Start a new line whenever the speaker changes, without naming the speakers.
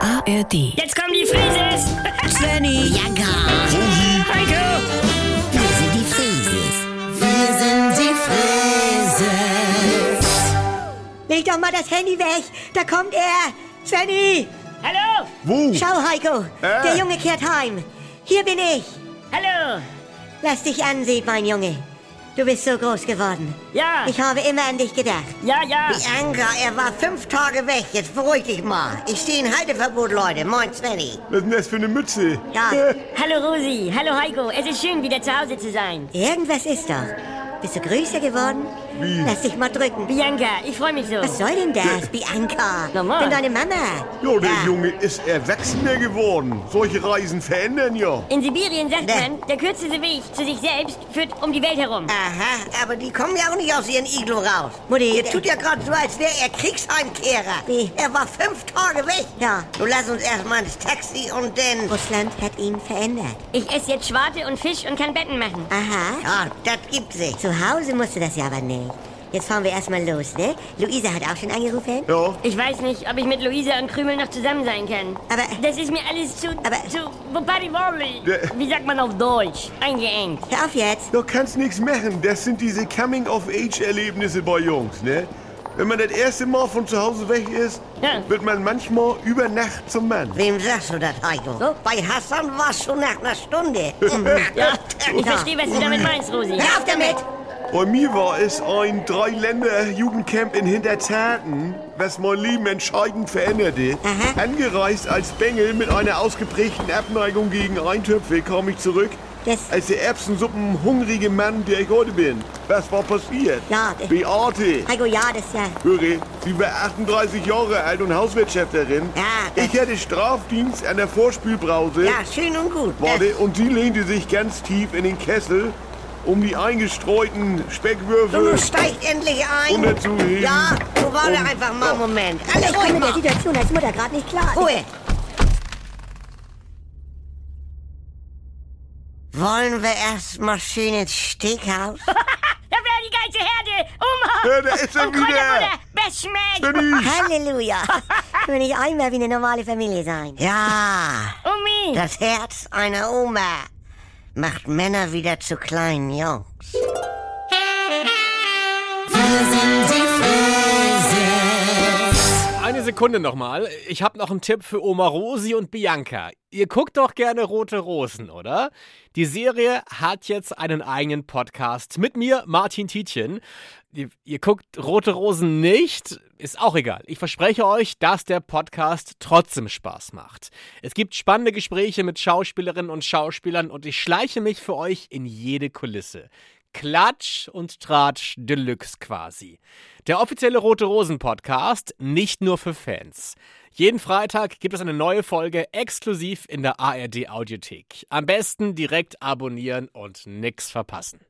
ARD.
Jetzt kommen die Frises!
Svenny, Jagger,
Heiko!
wir sind die Frieses. Wir sind die Frieses.
Leg doch mal das Handy weg, da kommt er. Svenny,
Hallo!
Wo?
schau Heiko,
Äh.
der Junge kehrt heim. Hier bin ich.
Hallo!
Lass dich ansehen, mein Junge. Du bist so groß geworden.
Ah.
Ja!
Ich habe immer an dich gedacht.
Ja, ja!
Bianca, er war fünf Tage weg. Jetzt beruhig dich mal. Ich stehe in Halteverbot, Leute. Moin, Svenny.
Was ist denn das für eine Mütze?
Ja.
Hallo Rosi! Hallo Heiko! Es ist schön, wieder zu Hause zu sein.
Irgendwas ist doch. Bist du größer geworden?
Wie?
Lass dich mal drücken.
Bianca, ich freue mich so.
Was soll denn das, Bianca?
Normal.
Bin deine Mama.
Ja, der
Ja.
Junge ist erwachsener geworden. Solche Reisen verändern ja.
In Sibirien sagt
Ne.
man, der kürzeste Weg zu sich selbst führt um die Welt herum.
Aha, aber die kommen ja auch nicht aus ihren Iglo raus.
Mutti,
Ihr tut ja gerade so, als wäre er Kriegsheimkehrer.
Wie?
Er war fünf Tage weg.
Ja.
Nun lass uns erstmal ins Taxi und dann...
Russland hat ihn verändert.
Ich esse jetzt Schwarte und Fisch und kann Betten machen.
Aha.
Ja, das gibt sich.
Zu Hause musst du das ja aber nicht. Jetzt fahren wir erstmal los, ne? Luisa hat auch schon angerufen.
Ja.
Ich weiß nicht, ob ich mit Luisa und Krümel noch zusammen sein kann.
Aber-
Das ist mir alles zu...
Aber-
zu... Wobei,
Der-
Wie sagt man auf Deutsch? Eingeengt.
Hör auf jetzt.
Da kannst nichts machen. Das sind diese Coming-of-Age-Erlebnisse bei Jungs, ne? Wenn man das erste Mal von zu Hause weg ist,
Ja.
wird man manchmal über Nacht zum Mann.
Wem sagst du das, Heiko?
So?
Bei Hassan war es schon nach einer Stunde.
Ja, ich
Ja.
verstehe, was du damit meinst, Rosi.
Hör auf damit!
Bei mir war es ein Dreiländer-Jugendcamp in Hintertaten, was mein Leben entscheidend veränderte.
Mhm.
Aha.
Angereist als Bengel mit einer ausgeprägten Abneigung gegen Eintöpfe kam ich zurück.
Das-
als der Erbsensuppen-hungrige Mann, der ich heute bin. Was war passiert?
Ja, äh-
Beate,
Heiko, ja, das ist ja...
höre, sie war 38 Jahre alt und Hauswirtschafterin.
Ja, das-
ich hatte Strafdienst an der Vorspülbrause.
Ja, schön und gut.
Warte, und die lehnte sich ganz tief in den Kessel, um die eingestreuten
Du, du
Speckwürfel
steigt endlich ein.
Und dazu heben.
Ja, du warte
Und-
einfach mal einen
Ja.
Moment.
Ich
Alles
komme
ruhig
mit der
mal.
Situation als Mutter gerade nicht klar.
Ruhe. Wollen wir erst mal schön ins Steakhaus?
Da wäre die ganze Herde. Oma.
Ja, da ist er
und
wieder.
Kräuterbutter. Das schmeckt.
Benny,
Halleluja. Will ich einmal wie eine normale Familie sein.
Ja,
Omi.
das Herz einer Oma macht Männer wieder zu kleinen Jungs.
Eine Sekunde nochmal. Ich habe noch einen Tipp für Oma Rosi und Bianca. Ihr guckt doch gerne Rote Rosen, oder? Die Serie hat jetzt einen eigenen Podcast mit mir, Martin Tietjen. Ihr, ihr guckt Rote Rosen nicht, ist auch egal. Ich verspreche euch, dass der Podcast trotzdem Spaß macht. Es gibt spannende Gespräche mit Schauspielerinnen und Schauspielern und ich schleiche mich für euch in jede Kulisse. Klatsch und Tratsch Deluxe quasi. Der offizielle Rote Rosen Podcast, nicht nur für Fans. Jeden Freitag gibt es eine neue Folge exklusiv in der ARD Audiothek. Am besten direkt abonnieren und nix verpassen.